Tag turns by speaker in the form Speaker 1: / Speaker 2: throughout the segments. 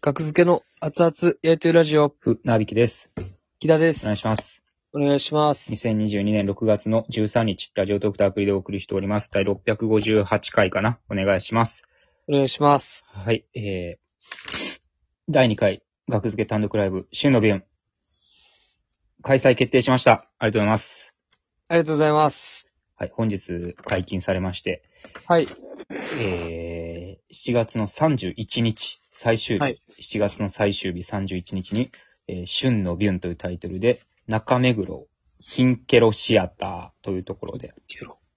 Speaker 1: 学付けの熱々焼いてるラジオ、
Speaker 2: ふ、なびきです。
Speaker 1: 木田で
Speaker 2: お願
Speaker 1: す
Speaker 2: い。します。
Speaker 1: お願いします。
Speaker 2: 2022年6月の13日、ラジオトークターアプリでお送りしております。第658回かなお願いします。
Speaker 1: お願いします。
Speaker 2: はい、えー、第2回、学付け単独ライブ、週の便、開催決定しました。ありがとうございます。
Speaker 1: ありがとうございます。
Speaker 2: はい、本日解禁されまして、
Speaker 1: はい。
Speaker 2: えー、7月の31日、最終日、
Speaker 1: はい
Speaker 2: 7月の最終日31日に、えー、旬のビュンというタイトルで、中目黒、ヒンケロシアターというところで、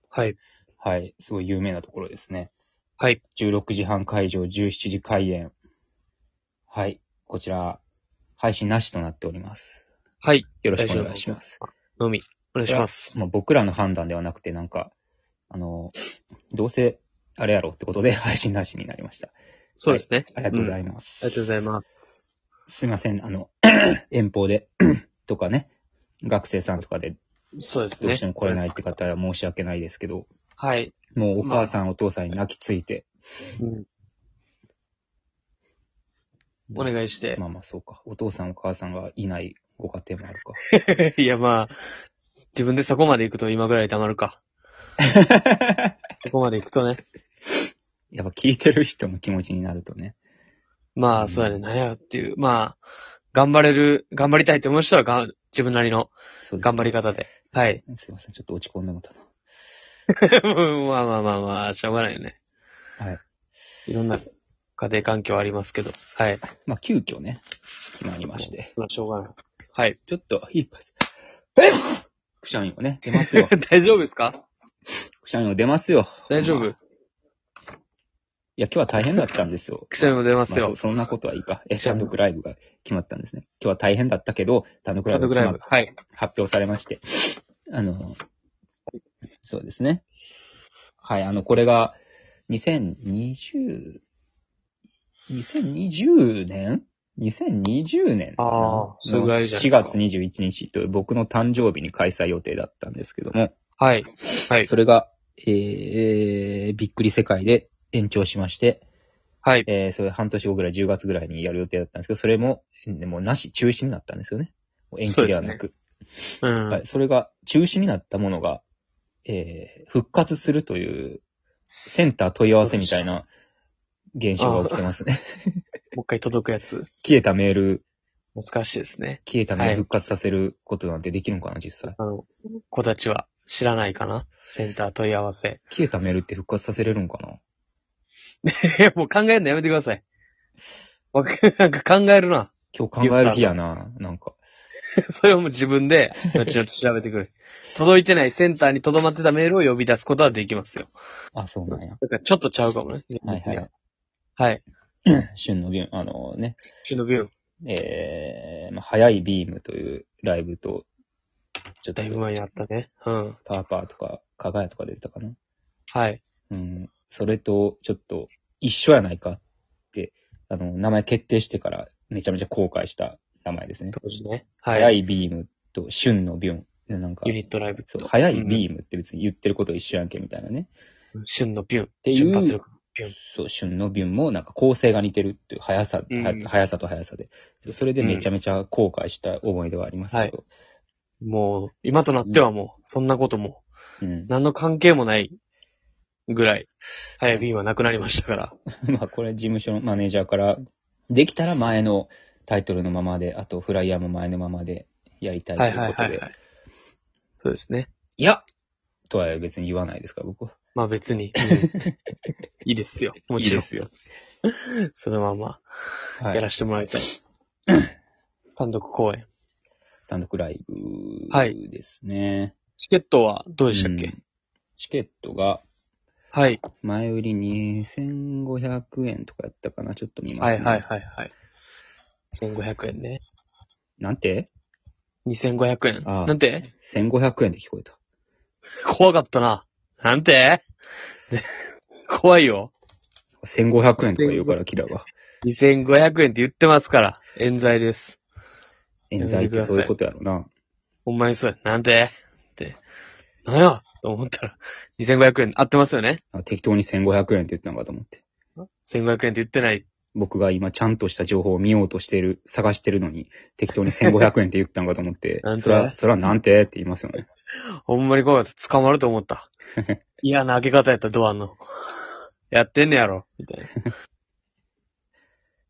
Speaker 1: はい。
Speaker 2: はい、すごい有名なところですね。
Speaker 1: はい。
Speaker 2: 16時半会場、17時開演。はい、こちら、配信なしとなっております。
Speaker 1: はい。
Speaker 2: よろしくお願いします。
Speaker 1: のみ。お願いします。
Speaker 2: まあ、僕らの判断ではなくて、なんか、あの、どうせ、あれやろうってことで配信なしになりました。
Speaker 1: そうですね。
Speaker 2: ありがとうご
Speaker 1: ま
Speaker 2: ざ
Speaker 1: す。
Speaker 2: います。
Speaker 1: ありがとうございます。
Speaker 2: すいません、あの、 遠方で、 とかね、学生さんとかで
Speaker 1: そうですね。
Speaker 2: どうしても来れないって方は申し訳ないですけど、
Speaker 1: はい。
Speaker 2: もうお母さん、お父さんに泣きついて、
Speaker 1: うんお願いして。
Speaker 2: まあまあそうか、お父さん、お母さんがいないご家庭もある か。
Speaker 1: いや、まあ、自分でそこまで行くと今ぐらい溜まる か。そこまで行くとね。
Speaker 2: やっぱ聞いてる人の気持ちになるとね。
Speaker 1: まあ、そうやね。なんやっていう。まあ、頑張れる、頑張りたいって思う人はがん、自分なりの
Speaker 2: そうです
Speaker 1: 頑張り方で。はい。
Speaker 2: すいません、ちょっと落ち込んでもたな。
Speaker 1: まあまあまあまあ、しょうがないよね。
Speaker 2: はい。
Speaker 1: いろんな家庭環境ありますけど。はい。
Speaker 2: まあ急遽ね、決まりまして。
Speaker 1: まあ、しょうがない。はい。
Speaker 2: ちょっと、いいパス。 くしゃみもね、出ますよ。
Speaker 1: 大丈夫ですか
Speaker 2: くしゃみも出ますよ。
Speaker 1: 大丈
Speaker 2: まあい
Speaker 1: 夫
Speaker 2: や、今日は大変だったんですよ。
Speaker 1: くしゃみも出ます
Speaker 2: まあ
Speaker 1: よ
Speaker 2: そ。そんなことはいいか。え、
Speaker 1: じゃあ
Speaker 2: 単独ライブが決まったんですね。今日は大変だったけど、単独
Speaker 1: ハ
Speaker 2: ライ
Speaker 1: ン
Speaker 2: ブ
Speaker 1: ド
Speaker 2: が
Speaker 1: グ
Speaker 2: 決
Speaker 1: ラ
Speaker 2: ま
Speaker 1: イブ。はい。
Speaker 2: 発表されまして。あの、そうですね。はい、あの、これが、2020、2020年 ?2020 年
Speaker 1: あー
Speaker 2: の
Speaker 1: それぐらいじゃないで
Speaker 2: 4
Speaker 1: すか
Speaker 2: 月21日という僕の誕生日に開催予定だったんですけども、
Speaker 1: はい。はい。
Speaker 2: それが、えー、びっくり世界で延長しまして、
Speaker 1: はい。
Speaker 2: えー、それ半年後ぐらい、10月ぐらいにやる予定だったんですけど、それも、でもなし、中止になったんですよね。もう延期ではなく。
Speaker 1: うん。
Speaker 2: はい。それが、中止になったものが、えー、復活するという、センター問い合わせみたいな現象が起きてますね。
Speaker 1: もう一回届くやつ。
Speaker 2: 消えたメール、
Speaker 1: 懐かしいですね。
Speaker 2: 消えたメー
Speaker 1: は
Speaker 2: ル
Speaker 1: い
Speaker 2: 復活させることなんてできるのかな、実際。
Speaker 1: あの、子たちは知らないかなセンター問い合わせ。
Speaker 2: 消えたメールって復活させれるのかな
Speaker 1: え、もう考えるのやめてください。わか なんか考えるな。
Speaker 2: 今日考える日やな、なんか。
Speaker 1: それをもう自分で、後々調べてくれ。届いてないセンターに留まってたメールを呼び出すことはできますよ。
Speaker 2: あ、そうなんや。
Speaker 1: だからちょっとちゃうかもね。
Speaker 2: はいはい。
Speaker 1: はい。
Speaker 2: 旬の弦、あのね、
Speaker 1: シュノビュー。
Speaker 2: えー、まあ、早いビームというライブと、ちょっと
Speaker 1: だいぶ前にあったね。うん。
Speaker 2: パーパーとか、かがやとか出てたかな。
Speaker 1: はい。
Speaker 2: うん。それと、ちょっと、一緒やないかって、あの、名前決定してから、めちゃめちゃ後悔した名前ですね。
Speaker 1: 当時ね。
Speaker 2: 早
Speaker 1: はい。
Speaker 2: いビームと、旬のビュン。でなんか
Speaker 1: ユ、ニットライブ
Speaker 2: そう、
Speaker 1: と、
Speaker 2: 早いビームって別に言ってること一緒やんけみたいなね。
Speaker 1: 旬のビュー。って
Speaker 2: いう
Speaker 1: 発力。ビュン。
Speaker 2: そう、旬のビュンもなんか構成が似てるっていう、速さ、
Speaker 1: うん
Speaker 2: は速さと速さで。それでめちゃめちゃ後悔した思い出はありますけど。
Speaker 1: もう、今となってはもう、そんなことも、
Speaker 2: うん。
Speaker 1: 何の関係もないぐらい、早い便はなくなりましたから。
Speaker 2: まあこれ事務所のマネージャーから、できたら前のタイトルのままで、あとフライヤーも前のままでやりたいと
Speaker 1: はいいうはい
Speaker 2: こと
Speaker 1: はい、
Speaker 2: で
Speaker 1: は。い。そうですね。
Speaker 2: いやとは別に言わないですから、僕は。
Speaker 1: まあ別 に。いいですよ。も
Speaker 2: い
Speaker 1: ち
Speaker 2: い
Speaker 1: ろ
Speaker 2: で
Speaker 1: ん。
Speaker 2: すよ。
Speaker 1: そのまま、
Speaker 2: は
Speaker 1: や
Speaker 2: い。
Speaker 1: らせてもらいた い。単独公演。
Speaker 2: 単独ライ
Speaker 1: は
Speaker 2: ブですね。
Speaker 1: チケットはどうでしたっけ、
Speaker 2: うんチケットが、
Speaker 1: はい。
Speaker 2: 前売り2500円とかやったかな、ちょっと見ます、
Speaker 1: はい
Speaker 2: ね。
Speaker 1: はいはいはい。1500円ね。
Speaker 2: なんて
Speaker 1: 2500円。
Speaker 2: ああ
Speaker 1: なんて
Speaker 2: ?1500 円で聞こえた。
Speaker 1: 怖かったな。なんて怖いよ。
Speaker 2: 1500円とか言うから、キラが。
Speaker 1: 2500円って言ってますから。冤罪です。
Speaker 2: 冤罪ってそういうことやろな。
Speaker 1: ほんまにそうや。なんてって。なんやと思ったら、2500円合ってますよね
Speaker 2: あ適当に1500円って言ったのかと思って。
Speaker 1: ?1500 円って言ってない
Speaker 2: 僕が今ちゃんとした情報を見ようとしてる、探してるのに、適当に1500円って言ったんかと思って、
Speaker 1: なんて
Speaker 2: それは、それはなんてって言いますよね。
Speaker 1: ほんまにこうやって捕まると思 った。嫌な開け方やった、ドアの。やってんねやろ。みたいな。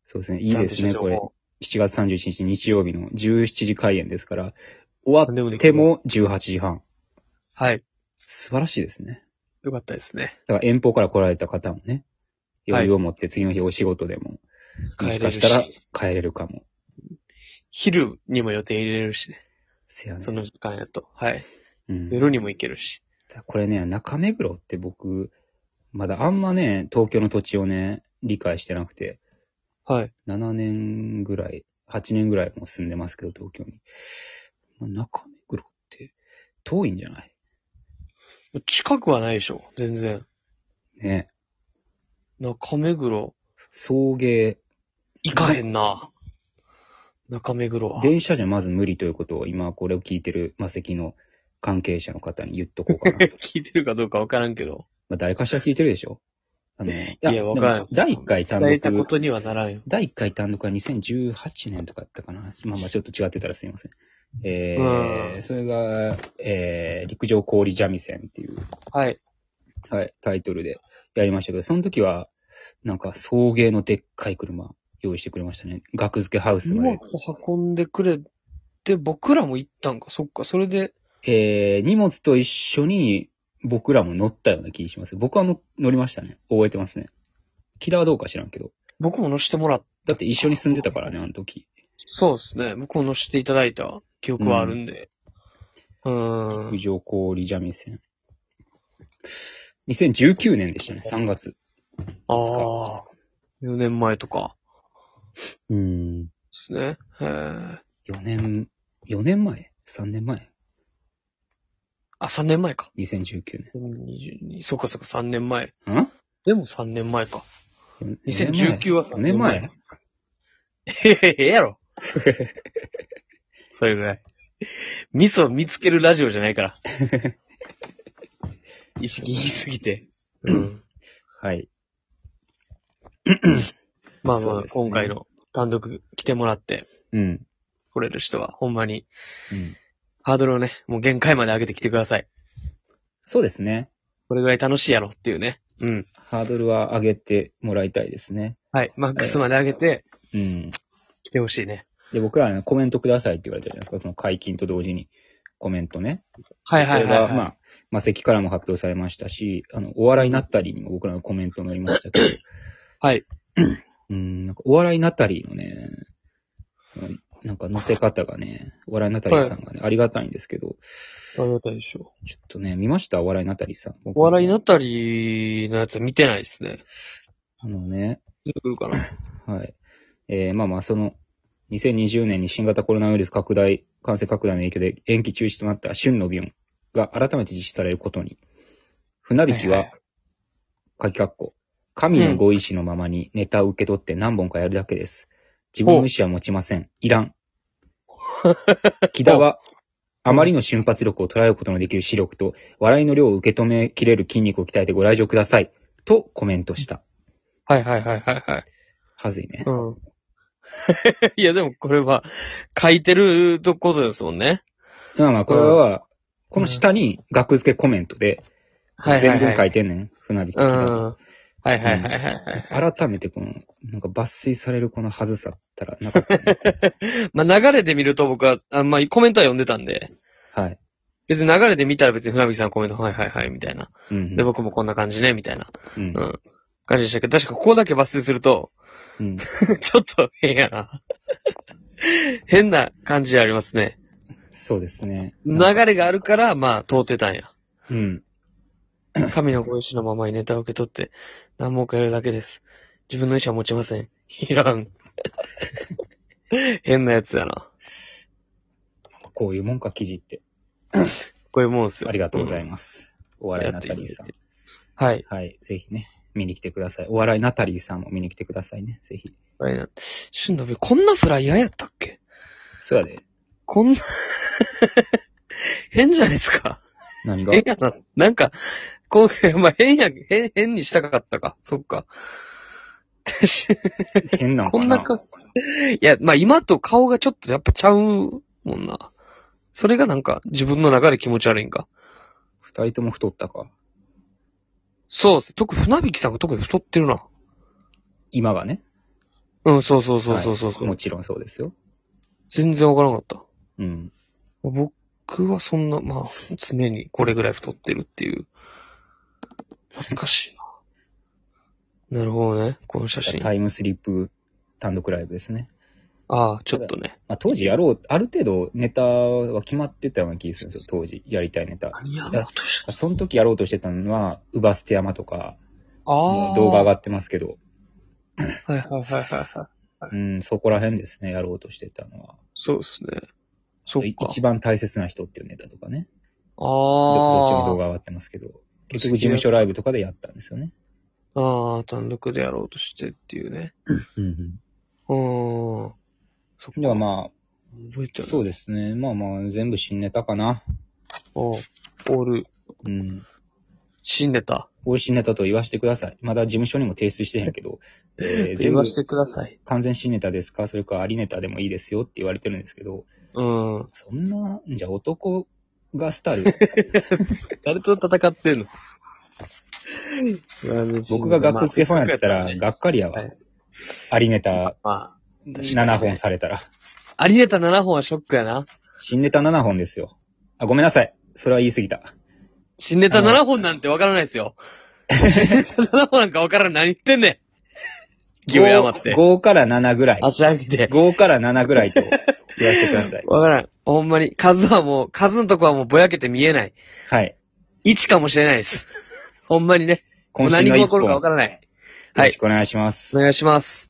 Speaker 2: そうですね。いいですね、
Speaker 1: ちゃんし
Speaker 2: こと
Speaker 1: た情
Speaker 2: れ。
Speaker 1: 報
Speaker 2: 7月31日日曜日の17時開演ですから、終わっても18時半。
Speaker 1: はい。
Speaker 2: 素晴らしいですね。
Speaker 1: よかったですね。
Speaker 2: だから遠方から来られた方もね、
Speaker 1: はい
Speaker 2: 余裕を持って次の日お仕事でも、も
Speaker 1: 帰れ
Speaker 2: しか
Speaker 1: る
Speaker 2: し
Speaker 1: した
Speaker 2: ら帰れるかも。
Speaker 1: 昼にも予定入れれるしね。
Speaker 2: せやね
Speaker 1: そ。の時間やと。はい。
Speaker 2: うん
Speaker 1: 夜にも行けるし。
Speaker 2: これね、中目黒って僕、まだあんまね、東京の土地をね、理解してなくて、
Speaker 1: はい。
Speaker 2: 7年ぐらい、8年ぐらいもう住んでますけど、東京に。まあ中目黒って遠いんじゃない
Speaker 1: 近くはないでしょ。全然。
Speaker 2: ね。
Speaker 1: 中目黒。
Speaker 2: 送迎、
Speaker 1: 行かへんな。中目黒は。
Speaker 2: 電車じゃまず無理ということを今これを聞いてるマセキの関係者の方に言っとこ うかな。
Speaker 1: 聞いてるかどうかわからんけど。
Speaker 2: まあ誰かしら聞いてるでしょあの、
Speaker 1: いや、わからん
Speaker 2: でも第1回単
Speaker 1: 伝えたこ
Speaker 2: 独、
Speaker 1: とにはならんよ。
Speaker 2: 第1回単独は2018年とかやったかな。まあまあちょっと違ってたらすいません。え
Speaker 1: う
Speaker 2: ー、
Speaker 1: ん
Speaker 2: それが、えー、陸上氷三味線っていう、
Speaker 1: はい。
Speaker 2: はい、タイトルでやりましたけど、その時は、なんか送迎のでっかい車用意してくれましたね。額付けハウス
Speaker 1: 荷
Speaker 2: ま
Speaker 1: 物
Speaker 2: で。
Speaker 1: 運んでくれて、僕らも行ったんか。そっか。それで、
Speaker 2: えー、荷物と一緒に僕らも乗ったような気がします。僕はの乗りましたね。覚えてますね。キラーはどうか知らんけど。
Speaker 1: 僕も乗せてもらっ
Speaker 2: だって一緒に住んでたからね、あの時。
Speaker 1: そうですね。僕も乗せていただいた記憶はあるんで。うー
Speaker 2: 陸
Speaker 1: ん。
Speaker 2: 上氷三味線。2019年でしたね、3月。
Speaker 1: ああ。4年前とか
Speaker 2: うん。
Speaker 1: ですね。へー
Speaker 2: 4年、4年前 ?3 年前
Speaker 1: あ、3年前か。
Speaker 2: ?2019
Speaker 1: 2022そうかそうか、3年前。
Speaker 2: 年。ん
Speaker 1: でも3年前か。
Speaker 2: 四年前
Speaker 1: 2019は3
Speaker 2: 4年前
Speaker 1: えええやろ。 それぐらい。ミスを見つけるラジオじゃない から。意識しすぎて。うん。
Speaker 2: はい。
Speaker 1: まあ
Speaker 2: そ
Speaker 1: ま
Speaker 2: う
Speaker 1: あ、
Speaker 2: ですね
Speaker 1: 今回の単独来てもらって、
Speaker 2: うん。
Speaker 1: 来れる人は、ほんまに、
Speaker 2: うん。
Speaker 1: ハードルをね、もう限界まで上げてきてください。
Speaker 2: そうですね。
Speaker 1: これぐらい楽しいやろっていうね。うん。
Speaker 2: ハードルは上げてもらいたいですね。
Speaker 1: はい。マックスまで上げて、
Speaker 2: うん。
Speaker 1: 来てほしいね。
Speaker 2: で、僕らはね、コメントくださいって言われたじゃないですか。その解禁と同時にコメントね。
Speaker 1: はいはいはい、
Speaker 2: それ
Speaker 1: はい
Speaker 2: がまあ、魔石からも発表されましたし、あの、お笑いなったりにも僕らのコメント載りましたけど、
Speaker 1: はい。
Speaker 2: うん、なんかお笑いなったりのね、そのなんか載せ方がね、お笑いなったりさんがね、ありがたいんですけど、
Speaker 1: ありがたいでしょ
Speaker 2: ちょっとね、見ましたお笑いなったりさん。
Speaker 1: う。お笑いなったりのやつは見てないですね。
Speaker 2: あのね、
Speaker 1: 出てくるかな。
Speaker 2: はい。えー、まあまあ、その、2020年に新型コロナウイルス拡大、感染拡大の影響で延期中止となった旬のビオンが改めて実施されることに、船引き
Speaker 1: はい
Speaker 2: は
Speaker 1: は、
Speaker 2: かきかっこ、神のご意志のままにネタを受け取って何本かやるだけです。自分の意思は持ちません。いらん。木田は、あまりの瞬発力を捉えることのできる視力と、笑いの量を受け止めきれる筋肉を鍛えてご来場ください。とコメントした。
Speaker 1: はいはいはいはいはい。
Speaker 2: はずいね。
Speaker 1: うん。 いやでもこれは、書いてるとことですもんね。
Speaker 2: まあまあ、これは、この下に額付けコメントで、
Speaker 1: はいは
Speaker 2: 全
Speaker 1: いは
Speaker 2: 文
Speaker 1: い。
Speaker 2: 書いてんねん、船引き
Speaker 1: うん。
Speaker 2: が。
Speaker 1: はいはいはいはいはい。
Speaker 2: 改めてこの、なんか抜粋されるこのはずさったら なかったね。
Speaker 1: まあ流れで見ると僕は、あんまあコメントは読んでたんで、
Speaker 2: はい。
Speaker 1: 別に流れで見たら別に船引さんのコメント、はいはいはいみたいな。
Speaker 2: うん。
Speaker 1: で、僕もこんな感じね、みたいな。
Speaker 2: うん
Speaker 1: う。ん。感じでしたけど、確かここだけ抜粋すると、
Speaker 2: うん。
Speaker 1: ちょっと変やな。 変な感じありますね。
Speaker 2: そうですね。
Speaker 1: 流れがあるから、まあ、通ってたんや。
Speaker 2: うん。
Speaker 1: 神のご意志のままにネタを受け取って、何もかやるだけです。自分の意志は持ちません。いらん。 変なやつやな。
Speaker 2: こういうもんか、記事って。
Speaker 1: こういうもんっすよ。
Speaker 2: ありがとうござい
Speaker 1: ま
Speaker 2: ます。お笑いナタリーさ
Speaker 1: や
Speaker 2: ん
Speaker 1: って。す。はい。
Speaker 2: はい。ぜひね、見に来てください。お笑いナタリーさんも見に来てくださいね。ぜひ。
Speaker 1: あれなしんのび、こんなフライヤーやったっけ
Speaker 2: そうやで。
Speaker 1: こんな、変じゃないですか。
Speaker 2: 何が
Speaker 1: 変やな。なんか、こう、まあ、変や、変、変にしたかったか。そっか。
Speaker 2: 変なんかな。
Speaker 1: こんなか、いや、まあ今と顔がちょっとやっぱちゃうもんな。それがなんか自分の中で気持ち悪いんか。
Speaker 2: 二人とも太ったか。
Speaker 1: そうっす。特に船引さんが特に太ってるな。
Speaker 2: 今がね。
Speaker 1: うん、そうそうそうそうそうそう、
Speaker 2: もちろんそうですよ。
Speaker 1: 全然わからなかった。
Speaker 2: うん。
Speaker 1: 僕はそんな、まあ、常にこれぐらい太ってるっていう。懐かしいな。なるほどね。この写真。
Speaker 2: タイムスリップ単独ライブですね。
Speaker 1: ああ、ちょっとね。
Speaker 2: まあ、当時やろう、ある程度ネタは決まってたような気がするんですよ、当時。やりたいネタ。
Speaker 1: 何や
Speaker 2: ろう
Speaker 1: とし
Speaker 2: その時やろうとしてたのは、ウバステ山とか、
Speaker 1: あ
Speaker 2: も
Speaker 1: あ。
Speaker 2: う動画上がってますけど、
Speaker 1: はいはいはいはいはい。
Speaker 2: うん、そこら辺ですね、やろうとしてたのは。
Speaker 1: そうですね。そっ
Speaker 2: い
Speaker 1: か。
Speaker 2: 一番大切な人っていうネタとかね。どっちも動
Speaker 1: あ
Speaker 2: 画上がってますけど、結局事務所ライブとかでやったんですよね。
Speaker 1: あ。ああ、単独でやろうとしてっていうね。
Speaker 2: うんうん。
Speaker 1: うーん。そっか。
Speaker 2: ではま
Speaker 1: 覚えて
Speaker 2: あ、
Speaker 1: る。
Speaker 2: そう
Speaker 1: う。
Speaker 2: ですね。まあまあ、全部新ネタかな。
Speaker 1: オール、
Speaker 2: うん。
Speaker 1: 新ネタ。
Speaker 2: こういう新ネタと言わせてください。まだ事務所にも提出してへんけど、えー
Speaker 1: 電
Speaker 2: 全部
Speaker 1: 話してください。
Speaker 2: 完全新ネタですかそれかありネタでもいいですよって言われてるんですけど、
Speaker 1: うん。
Speaker 2: そんな、じゃあ男がスタル、
Speaker 1: 誰と戦ってんの
Speaker 2: 僕が学付けファンやった
Speaker 1: まあ
Speaker 2: ら、がっかりや
Speaker 1: は
Speaker 2: わ
Speaker 1: い。
Speaker 2: ありネタ
Speaker 1: まあ、確かに
Speaker 2: 7本されたら。
Speaker 1: ありネタ7本はショックやな。
Speaker 2: 新ネタ7本ですよ。あ、ごめんなさい。それは言い過ぎた。
Speaker 1: 新ネタ
Speaker 2: あの
Speaker 1: 7本なんてわからないですよ。新ネタ7本なんかわからん。何言ってんねん。気を余って。
Speaker 2: 5, から7ぐらい。
Speaker 1: 足上げて。。
Speaker 2: 5から7ぐらいと言わせてください
Speaker 1: わからん。ほんまに。数はもう、数のとこはもうぼやけて見えない。
Speaker 2: はい。
Speaker 1: 1かもしれないです。ほんまにね。もう
Speaker 2: 今 週
Speaker 1: 何
Speaker 2: の
Speaker 1: が
Speaker 2: 1
Speaker 1: 起こ
Speaker 2: 本。
Speaker 1: るかわ
Speaker 2: よ
Speaker 1: からない。は
Speaker 2: ろ
Speaker 1: い
Speaker 2: し。くお願いします
Speaker 1: お。願いします。